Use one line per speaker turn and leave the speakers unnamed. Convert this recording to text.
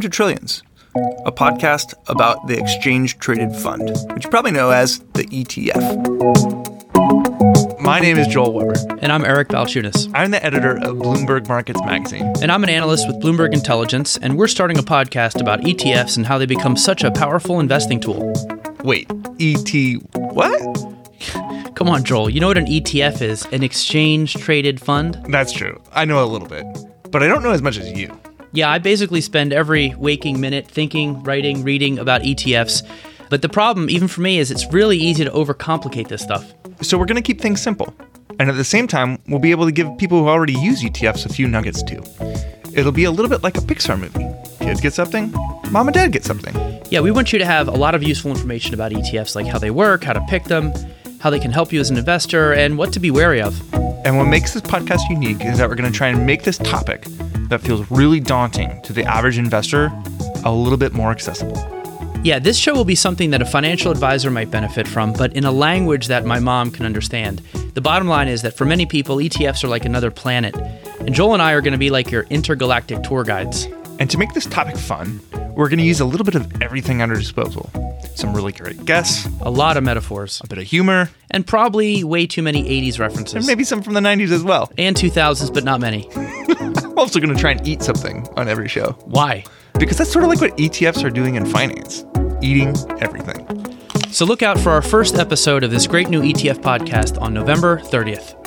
to Trillions, a podcast about the Exchange Traded Fund, which you probably know as the E ETF. My name is Joel Weber.
And I'm Eric Balchunas.
I'm the editor of Bloomberg Markets Magazine.
And I'm an analyst with Bloomberg Intelligence, and we're starting a podcast about ETFs and how they become such a powerful investing tool.
Wait, ET what?
Come on, Joel, you know what an ETF is an exchange traded fund?
That's true. I know a little bit, but I don't know as much as you.
Yeah, I basically spend every waking minute thinking, writing, reading about ETFs. But the problem, even for me, is it's really easy to overcomplicate this stuff.
So we're going to keep things simple. And at the same time, we'll be able to give people who already use ETFs a few nuggets too. It'll be a little bit like a Pixar movie. Kids get something, mom and dad get something.
Yeah, we want you to have a lot of useful information about ETFs, like how they work, how to pick them, how they can help you as an investor, and what to be wary of.
And what makes this podcast unique is that we're going to try and make this topic that feels really daunting to the average investor a little bit more accessible.
Yeah, this show will be something that a financial advisor might benefit from, but in a language that my mom can understand. The bottom line is that for many people, ETFs are like another planet. And Joel and I are going to be like your intergalactic tour guides.
And to make this topic fun, we're going to use a little bit of everything at our disposal some really great guests,
A lot of metaphors,
a bit of humor,
and probably way too many 80s references.
and maybe some from the 90s as well.
and 2000s, but not many.
I'm also going to try and eat something on every show
Why?
because that's sort of like what ETFs are doing in finance eating everything.
E So look out for our first episode of this great new ETF podcast on November 30th.